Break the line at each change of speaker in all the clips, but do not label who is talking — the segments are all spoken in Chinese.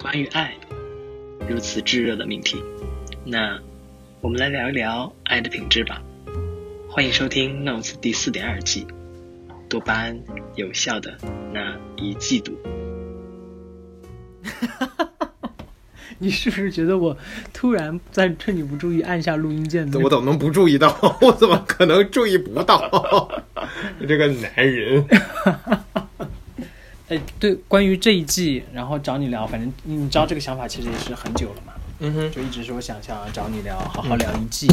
关于爱，如此炙热的命题。那我们来聊一聊爱的品质吧。欢迎收听《Notes》第四点二季，多巴胺有效的那一季度。
你是不是觉得我突然在趁你不注意按下录音键的那
我
种？
怎么能不注意到？ 我怎么可能注意不到？ 你这个男人，
哎，对，关于这一季，然后找你聊，反正你知道这个想法其实也是很久了嘛，
嗯哼，
就一直说想想找你聊，好好聊一季。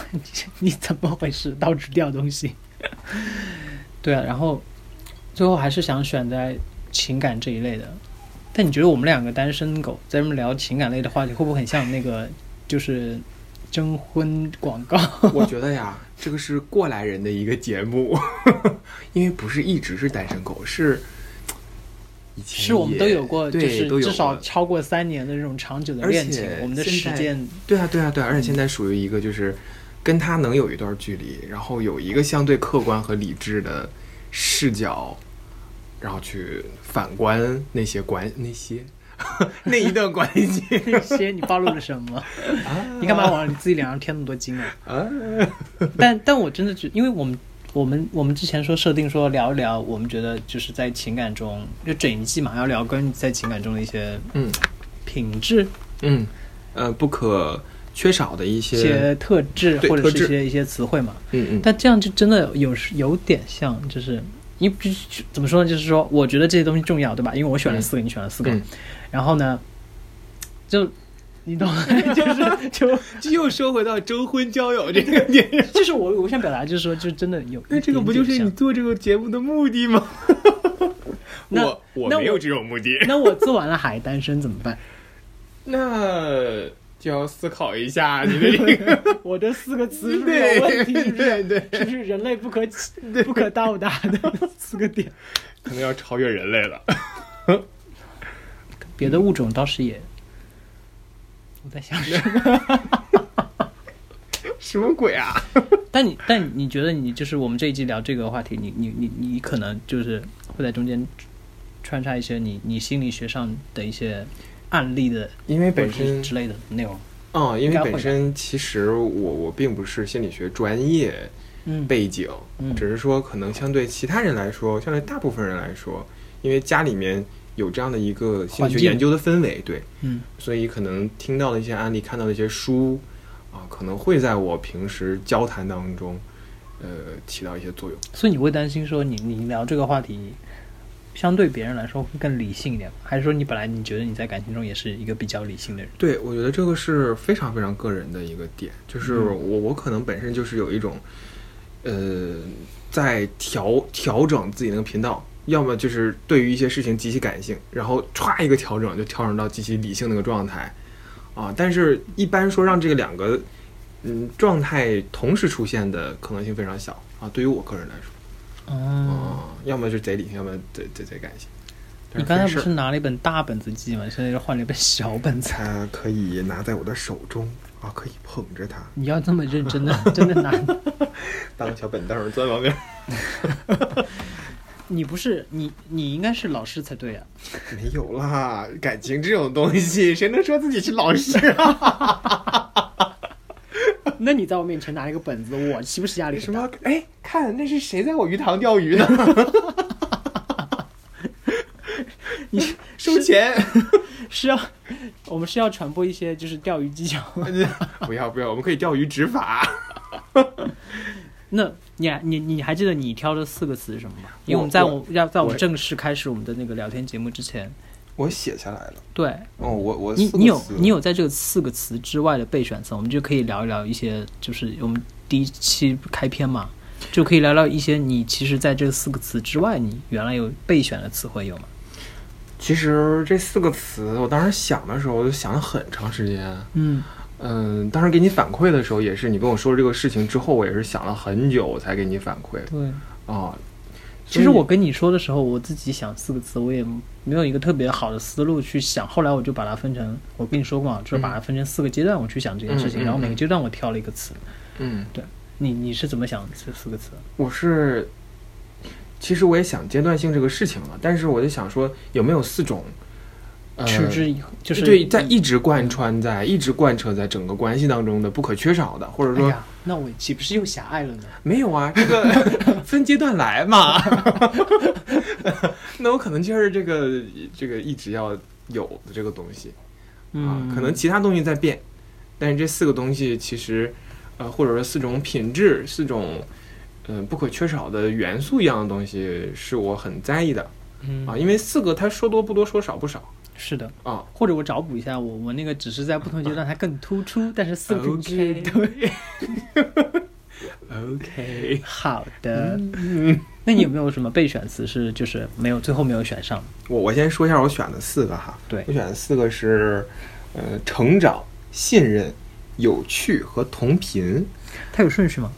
你你怎么回事？到处掉东西。 对啊，然后最后还是想选在情感这一类的。但你觉得我们两个单身狗在这么聊情感类的话题，会不会很像那个就是征婚广告？
我觉得呀，这个是过来人的一个节目， 因为不是一直是单身狗，是以前
是我们都
也
有过，就
对
是
都有
至少
过
超过三年的这种长久的
而
恋情
且，
我们的
现
实
在
践
对啊，对啊，对啊，而且现在属于一个就是跟他能有一段距离，然后有一个相对客观和理智的视角，然后去反观那些关那些 那一段关系
那些你暴露了什 么？你干嘛往你自己脸上添那么多金啊？
啊，
但但我真的觉，因为我们我们我们之前说设定说聊一聊，我们觉得就是在情感中，就整一季嘛要聊关于在情感中的一些
嗯
品质、
嗯呃，不可缺少的一
一
些
些特质
对
或者
特
是
质
一些一些词汇嘛。
嗯嗯，
但这样就真的有时有点像，就是你必须怎么说呢？就是说，我觉得这些东西重要，对吧？因为我选了四个，你选了四个，
嗯
然后呢，就你懂， 就是就
这又说回到征婚交友这个点 上，
就是我我想表达就是说，就真的有一点点像，
那这个不就是你做这个节目的目的吗？
那
我我
那
没有
我
这种目的，
那我做完了还单身怎么办？
那就要思考一下你 的这个。
我的四个词是不是有问
对
题？
对对，
是不是人类不可不可到达 的四个点？
可能要超越人类了。
别的物种倒是也，我在想什么？
什么鬼啊？
但你但你觉得你就是我们这一季聊这个话题，你你你你可能就是会在中间穿插一些你你心理学上的一些案例的
因为
或
本
者
身
是之类的内容。
嗯，因
应
为
该会
本身其实我我并不是心理学专业
嗯，
背景，
嗯
只是说可能相对其他人来说，相对大部分人来说，因为家里面有这样的一个心
环
理学
境
研究的氛围，对，
嗯
所以可能听到的一些案例，看到的一些书啊，可能会在我平时交谈当中，呃，起到一些作用。
所以你会担心说你你聊这个话题，相对别人来说会更理性一点吗，还是说你本来你觉得你在感情中也是一个比较理性的人？
对，我觉得这个是非常非常个人的一个点，就是
嗯
我、我可能本身就是有一种，呃，在调调整自己那个频道，要么就是对于一些事情极其感性，然后歘一个调整就调整到极其理性那个状态，啊，但是一般说让这个两个嗯状态同时出现的可能性非常小啊，对于我个人来说，
哦，
啊，要么就是贼理性，要么贼贼贼感性。但
你
是
刚才
分
不
事
是
儿
拿了一本大本子记吗？现在又换了一本小本 子。
它可以拿在我的手中啊，可以捧着它。
你要这么认真 的，真的拿
当小本凳儿 钻旁边。
你不是你你应该是老师才对啊。
没有啦，感情这种东西，谁能说自己是老师啊？
那你在我面前拿一个本子，我岂不是压力
什
很大
么？哎，看那是谁在我鱼塘钓鱼 呢？
你
收钱！
是要我们是要传播一些就是钓鱼 技巧。
不要不要，我们可以钓鱼执法。
那你还你你还记得你挑的四个词是什么吗？因为
我
我们在
我
我要在我们
我
正式开始我们的那个聊天节目之前，
我写下来了。
对
哦，我我
你
四个
你有
词
你有在这个四个词之外的备选词，我们就可以聊一聊一些，就是我们第一期开篇嘛，就可以聊聊一些你其实在这四个词之外，你原来有备选的词汇有吗？
其实这四个词，我当时想的时候，我就想了很长时间。
嗯，
嗯，当时给你反馈的时候，也是你跟我说了这个事情之后，我也是想了很久，我才给你反馈
对。
啊。
其实我跟你说的时候，我自己想四个词，我也没有一个特别好的思路去想。后来我就把它分成，我跟你说过啊，就是把它分成四个阶段，我去想这件事情，
嗯嗯
然后每个阶段我挑了一个词。
嗯，
你你是怎么想这四个词？
我是，其实我也想阶段性这个事情了，但是我就想说，有没有四种呃
持之以恒，就是嗯
对，在一直贯穿在一直贯彻在整个关系当中的不可缺少的，或者
哎
说、
呀，那我岂不是又狭隘了呢？
没有啊， 这个分阶段来嘛。 那我可能就是这个这个一直要有的这个东西啊
嗯，，
可能其他东西在变，但是这四个东西其实，呃，或者说四种品质、四种嗯、呃不可缺少的元素一样的东西，是我很在意的
嗯
啊，因为四个它说多不多，说少不少
是的。
啊。
或者我找补一下，我我那个只是在不同阶段它更突 出，但是四个品质
OK
都
OK，
好的。
嗯
那你有没有什么备选词是就是没有最后没有选上？
我我先说一下我选的四个哈，
对
我选的四个是，呃，成长、信任、有趣和同频。
它有顺序吗？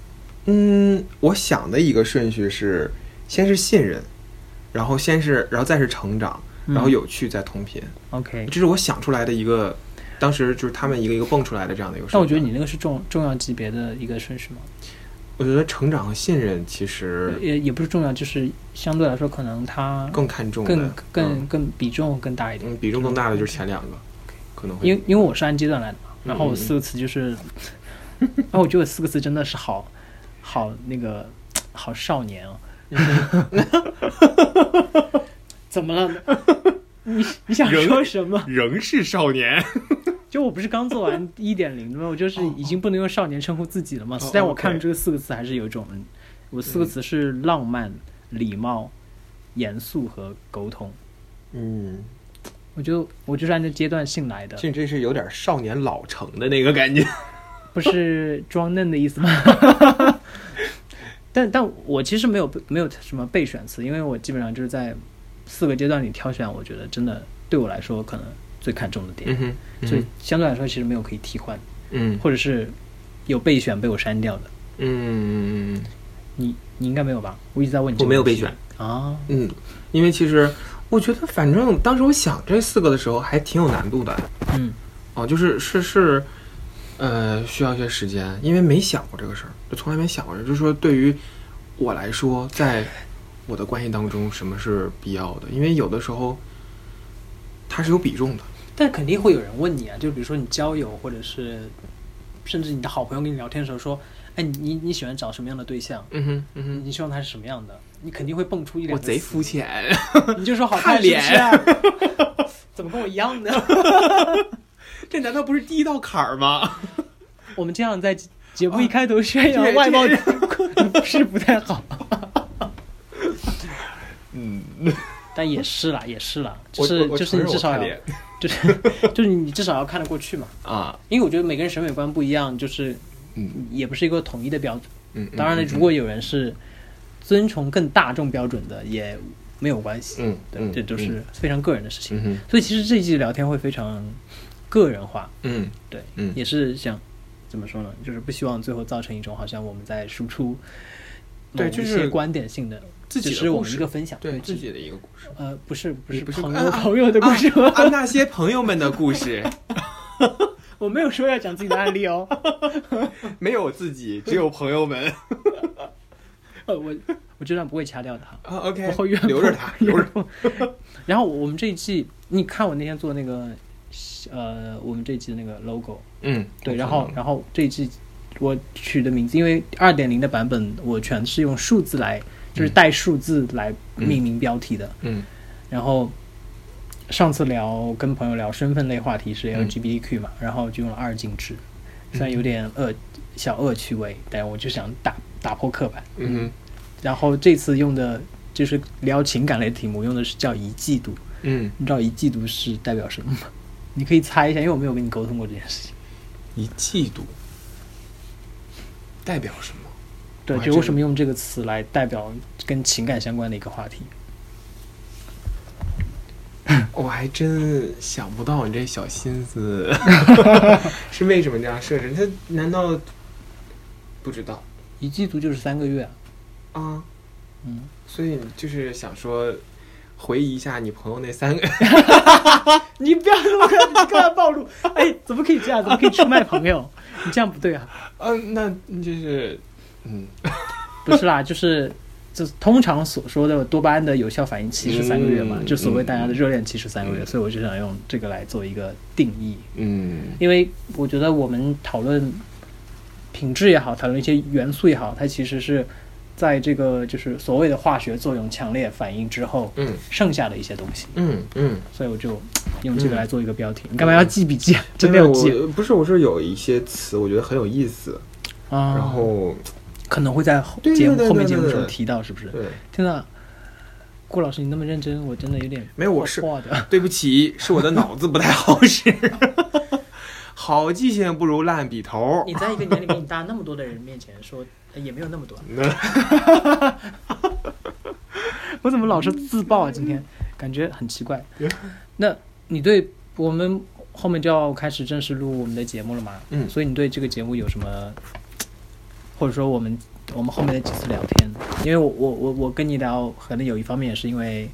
嗯，我想的一个顺序是，先是信任，然后先是，然后再是成长，
嗯
然后有趣再同频。
OK，
这是我想出来的一个，当时就是他们一个一个蹦出来的这样的一个顺序。
但我觉得你，那个是重重要级别的一个顺序吗？
我觉得成长和信任其实
也也不是重要，就是相对来说可能它
更看重的
更
嗯
更更比重更大一点，
嗯比重更大的就是前两个，可能会
因为因为我是按阶段来的嘛，然后
嗯嗯
我
嗯
四个词就是，然后我觉得我四个词真的是好好那个好少年哦，
嗯
怎么了？你你想
人
说什么？
仍是少年。
就我不是刚做完一点零的吗？我就是已经不能用少年称呼自己了嘛。
哦
但我
OK
看这个四个词还是有一种，嗯我四个词是浪漫、礼貌、严肃和沟通。
嗯，
我就我就是按照阶段性来的，
这这是有点少年老成的那个感觉。
不是装嫩的意思吗？ 但但我其实没有没有什么备选词，因为我基本上就是在四个阶段里挑选，我觉得真的对我来说可能最看重的点，
嗯哼，嗯
所以相对来说其实没有可以替换，
嗯
或者是有备选被我删掉的。
嗯，
你你应该没有吧？我一直在问你这
我
个问题，
没有备选。
啊。
嗯，因为其实我觉得，反正当时我想这四个的时候，还挺有难度的。
嗯，
哦，就是是是，呃，需要一些时间，因为没想过这个事儿，就从来没想过。就是说，对于我来说，在我的关系当中，什么是必要的？因为有的时候它是有比重的。
但肯定会有人问你啊，就比如说你交友，或者是甚至你的好朋友跟你聊天的时候说，哎，你你你喜欢找什么样的对象？
嗯哼，嗯
你你希望他是什么样的？你肯定会蹦出一两
我
个
贼
词
肤浅，
你就说好看
看脸
是不是啊怎么跟我一样呢？
这难道不是第一道坎儿吗？
我们这样在节目一开头
哦
宣扬外貌是不太好，
嗯，
但也是啦，也是啦，就
我
是
我我
就是
承
你
认
至
我看
少要
脸
就是就是你至少要看得过去嘛。
啊，
因为我觉得每个人审美观不一样，就是
嗯
也不是一个统一的标准。
嗯，嗯
当然了，
嗯
如果有人是遵从更大众标准的，也没有关系。
嗯
对，
嗯
这都是
嗯
非常个人的事情。
嗯哼
所以其实这一季聊天会非常个人化，
嗯
对，
嗯
也是想怎么说呢？就是不希望最后造成一种好像我们在输出某
对
一
就是
些观点性的，
自己
只
的
是我
故
们
事
一个分享，
对
只
自己的一个故事。
呃不是不
你
是
不是
朋
啊
友
啊
朋友的故事 吗？
啊，那些朋友们的故事，
我没有说要讲自己的案例哦，
没有自己，只有朋友们。
呃我我这段不会掐掉的哈。
啊，OK，
我会怨
留着
他
它，，留着。
然后我们这一季，你看我那天做那个，呃，我们这一季的那个 logo，
嗯，
对，
我
然
看
后
到了
然后这一季我取的名字，因为二点零的版本我全是用数字来，就是带数字来命名标题的。
嗯
然后上次聊跟朋友聊身份类话题是
嗯
LGBTQ 嘛，然后就用了二进制，虽然有点恶小恶趣味，但我就想打打破刻板。
嗯
然后这次用的就是聊情感类题目，用的是叫一季度。
嗯，
你知道一季度是代表什么吗？你可以猜一下，因为我没有跟你沟通过这件事情。
一季度代表什么？
对，
哇
就
这
为
个
什么用这个词来代表跟情感相关的一个话题？
我还真想不到你这小心思 是为什么这样设置？他难道不知道
一季度就是三个月啊，
啊？
嗯，
所以你就是想说回忆一下你朋友那三个，
你不要这么干，你干嘛暴露？哎，怎么可以这样？怎么可以出卖朋友？你这样不对啊！
嗯、那就是嗯
不是啦，就是这通常所说的多巴胺的有效反应期是三个月嘛，
嗯
就所谓大家的热恋期是三个月，所以我就想用这个来做一个定义，
嗯
因为我觉得我们讨论品质也好，讨论一些元素也好，它其实是在这个就是所谓的化学作用强烈反应之后
嗯
剩下的一些东西，
嗯嗯，
所以我就用这个来做一个标题。你干嘛要记笔记啊？真的
因
要
为
记
我不是我是有一些词我觉得很有意思，
啊？
然后
可能会在后
对对
节目
对
后面
对
节目的
对
时候
对
提到，是不是？
对，
天呐，顾老师你那么认真，我真的有点
没有我是
破的。
对不起，是我的脑子不太好使， 好记性不如烂笔 头。
你在一个年龄比你大那么多的人面前说，呃也没有那么多。 我怎么老是自爆啊？今天感觉很奇怪。那你对我们后面就要开始正式录我们的节目了嘛？
嗯
所以你对这个节目有什么，或者说我们我们后面的几次聊天？因为我我我我跟你聊，可能有一方面也是因为，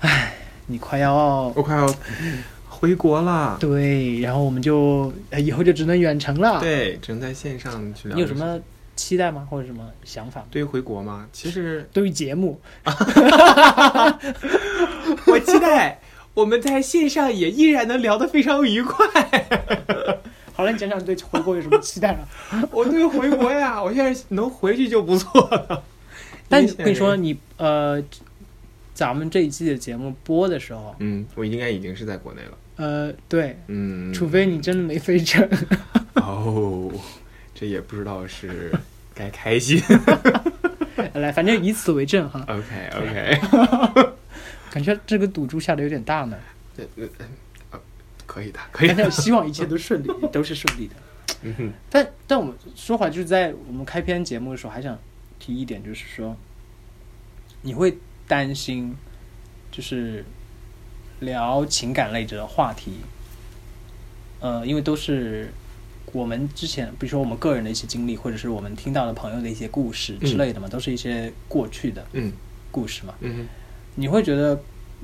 唉，你快要
我快要回国了，
对，然后我们就呃以后就只能远程了。，
对，只能在线上去聊。
你有什么期待吗？或者什么想法吗？
对于回国吗？其实
对于节目，
我期待我们在线上也依然能聊得非常 愉快。
好了，你讲讲你对回国有什么期待了？
我对回国呀，我现在能回去就不错了。
但
因
你
为现在
跟你说，，你呃，咱们这一季的节目播的时候，
嗯，我应该已经是在国内了。
呃，对，
嗯，
除非你真的没飞成，
哦，这也不知道是该开心。
来，反正以此为证哈。
OK OK，
感觉这个赌注下的有点大呢，
呃可以的，可以
但
的。
是希望一切都顺利，都是顺利的。
嗯哼
但但我们说回来，就是在我们开篇节目的时候，还想提一点，就是说，你会担心，就是聊情感类的话题，呃，因为都是我们之前，比如说我们个人的一些经历，或者是我们听到的朋友的一些故事之类的嘛，都是一些过去的
嗯
故事嘛。
嗯
你会觉得，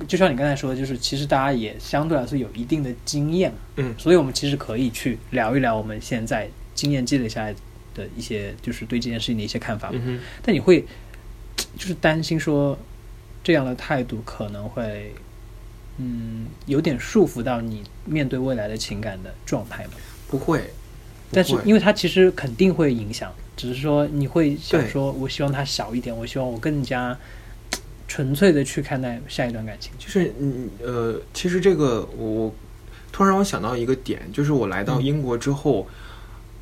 就像你刚才说的，就是其实大家也相对来说有一定的经验，
嗯
所以我们其实可以去聊一聊我们现在经验积累下来的一些，就是对这件事情的一些看法。
嗯哼，
但你会就是担心说，这样的态度可能会，嗯，有点束缚到你面对未来的情感的状态嘛？
不会。
但是
不会
因为它其实肯定会影响，只是说你会想说，我希望它小一点，我希望我更加纯粹的去看待下一段感情。
就是嗯呃，其实这个我我突然让我想到一个点，就是我来到
嗯
英国之后，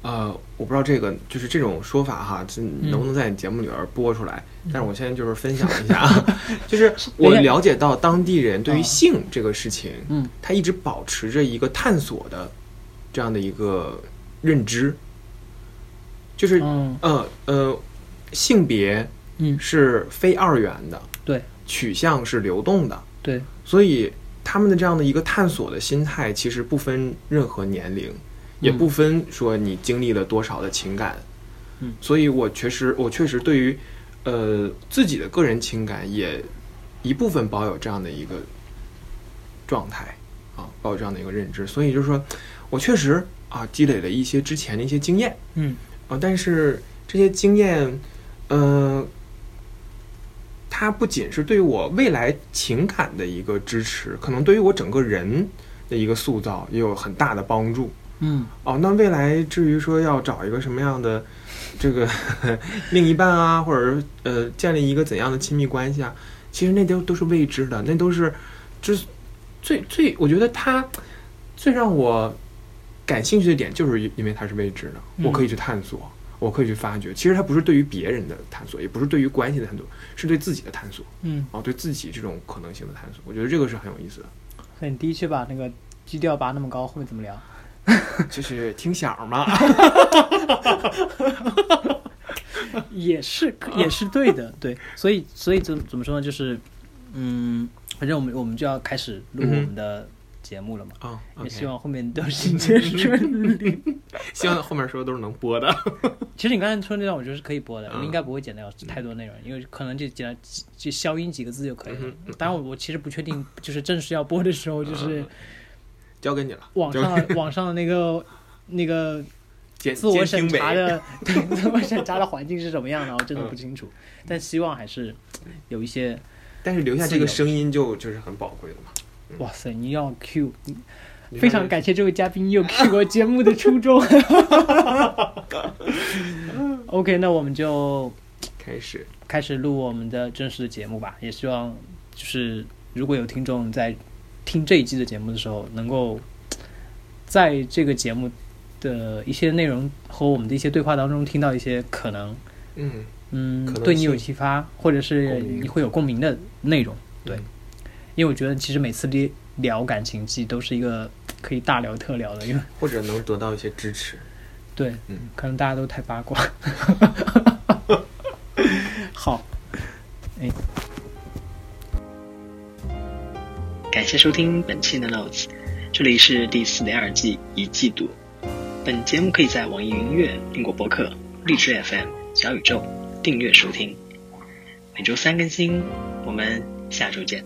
呃，我不知道这个就是这种说法哈，这
嗯
能不能在你节目里边播出来？但是我现在就是分享一下 啊，就是我了解到当地人对于性这个事情，
嗯
他一直保持着一个探索的这样的一个认知，就是
嗯
呃呃，性别
嗯，
是非二元的，
对
取向是流动的。
对，
所以他们的这样的一个探索的心态，其实不分任何年龄，也不分说你经历了多少的情感。
嗯
所以我确实，我确实对于呃自己的个人情感也一部分保有这样的一个状态啊，保有这样的一个认知。所以就是说，我确实啊积累了一些之前的一些经验。
嗯
啊，但是这些经验，嗯、它不仅是对我未来情感的一个支持，可能对于我整个人的一个塑造也有很大的帮助。
嗯
哦，那未来至于说要找一个什么样的这个 另一半啊，或者是呃建立一个怎样的亲密关系啊，其实那都都是未知的，那都是就是最最，我觉得它最让我感兴趣的点，就是因因为它是未知的，我可以去探索，我可以去发掘。其实它不是对于别人的探索，也不是对于关系的探索，是对自己的探索
嗯，
啊、对自己这种可能性的探索。我觉得这个是很有意思的，
所以你第一期把那个基调拔那么高，后面怎么聊？
就是听响儿 嘛。
也是可也是对的，对，所以所以怎怎么说呢？就是嗯，反正我们我们就要开始录我
嗯哼
们的节目了嘛，
啊、
也
OK
希望后面都是一切顺利。
希望后面说的都是能播的。
其实你刚才说那段，我觉得是可以播的，我应
嗯
该不会剪掉太多内容，因为可能就剪就就消音几个字就可以了
嗯哼。嗯
当然，我我其实不确定，就是正式要播的时候，就是
交给你了，
网
交给
上网上的那个那个
监
自我
监
审
听呗嗯
查的 对自我审查的环境是什么样的，我真的不清楚。但希望还是有一些，
但是留下这个声音就就是很宝贵的嘛。
哇塞，你要 Q，你
留下
非常感谢这位嘉宾又 Q 我节目的初衷。OK，那我们就
开始，
开始录我们的正式的节目吧。也希望就是如果有听众在听这一季的节目的时候，能够在这个节目的一些内容和我们的一些对话当中，听到一些可能
嗯，
嗯
可能
对你有
性
启发，或者是
共鸣
你会有共鸣的内容。对，
嗯
因为我觉得其实每次聊聊感情季都是一个可以大聊特聊的，因为
或者能得到一些支持。
对，
嗯
可能大家都太八 卦。好，哎
感谢收听本期的 Notes，这里是第四点二季一季度。本节目可以在网易云音乐、苹果播客、荔枝 FM、小宇宙订阅收听，每周三更新。我们下周见。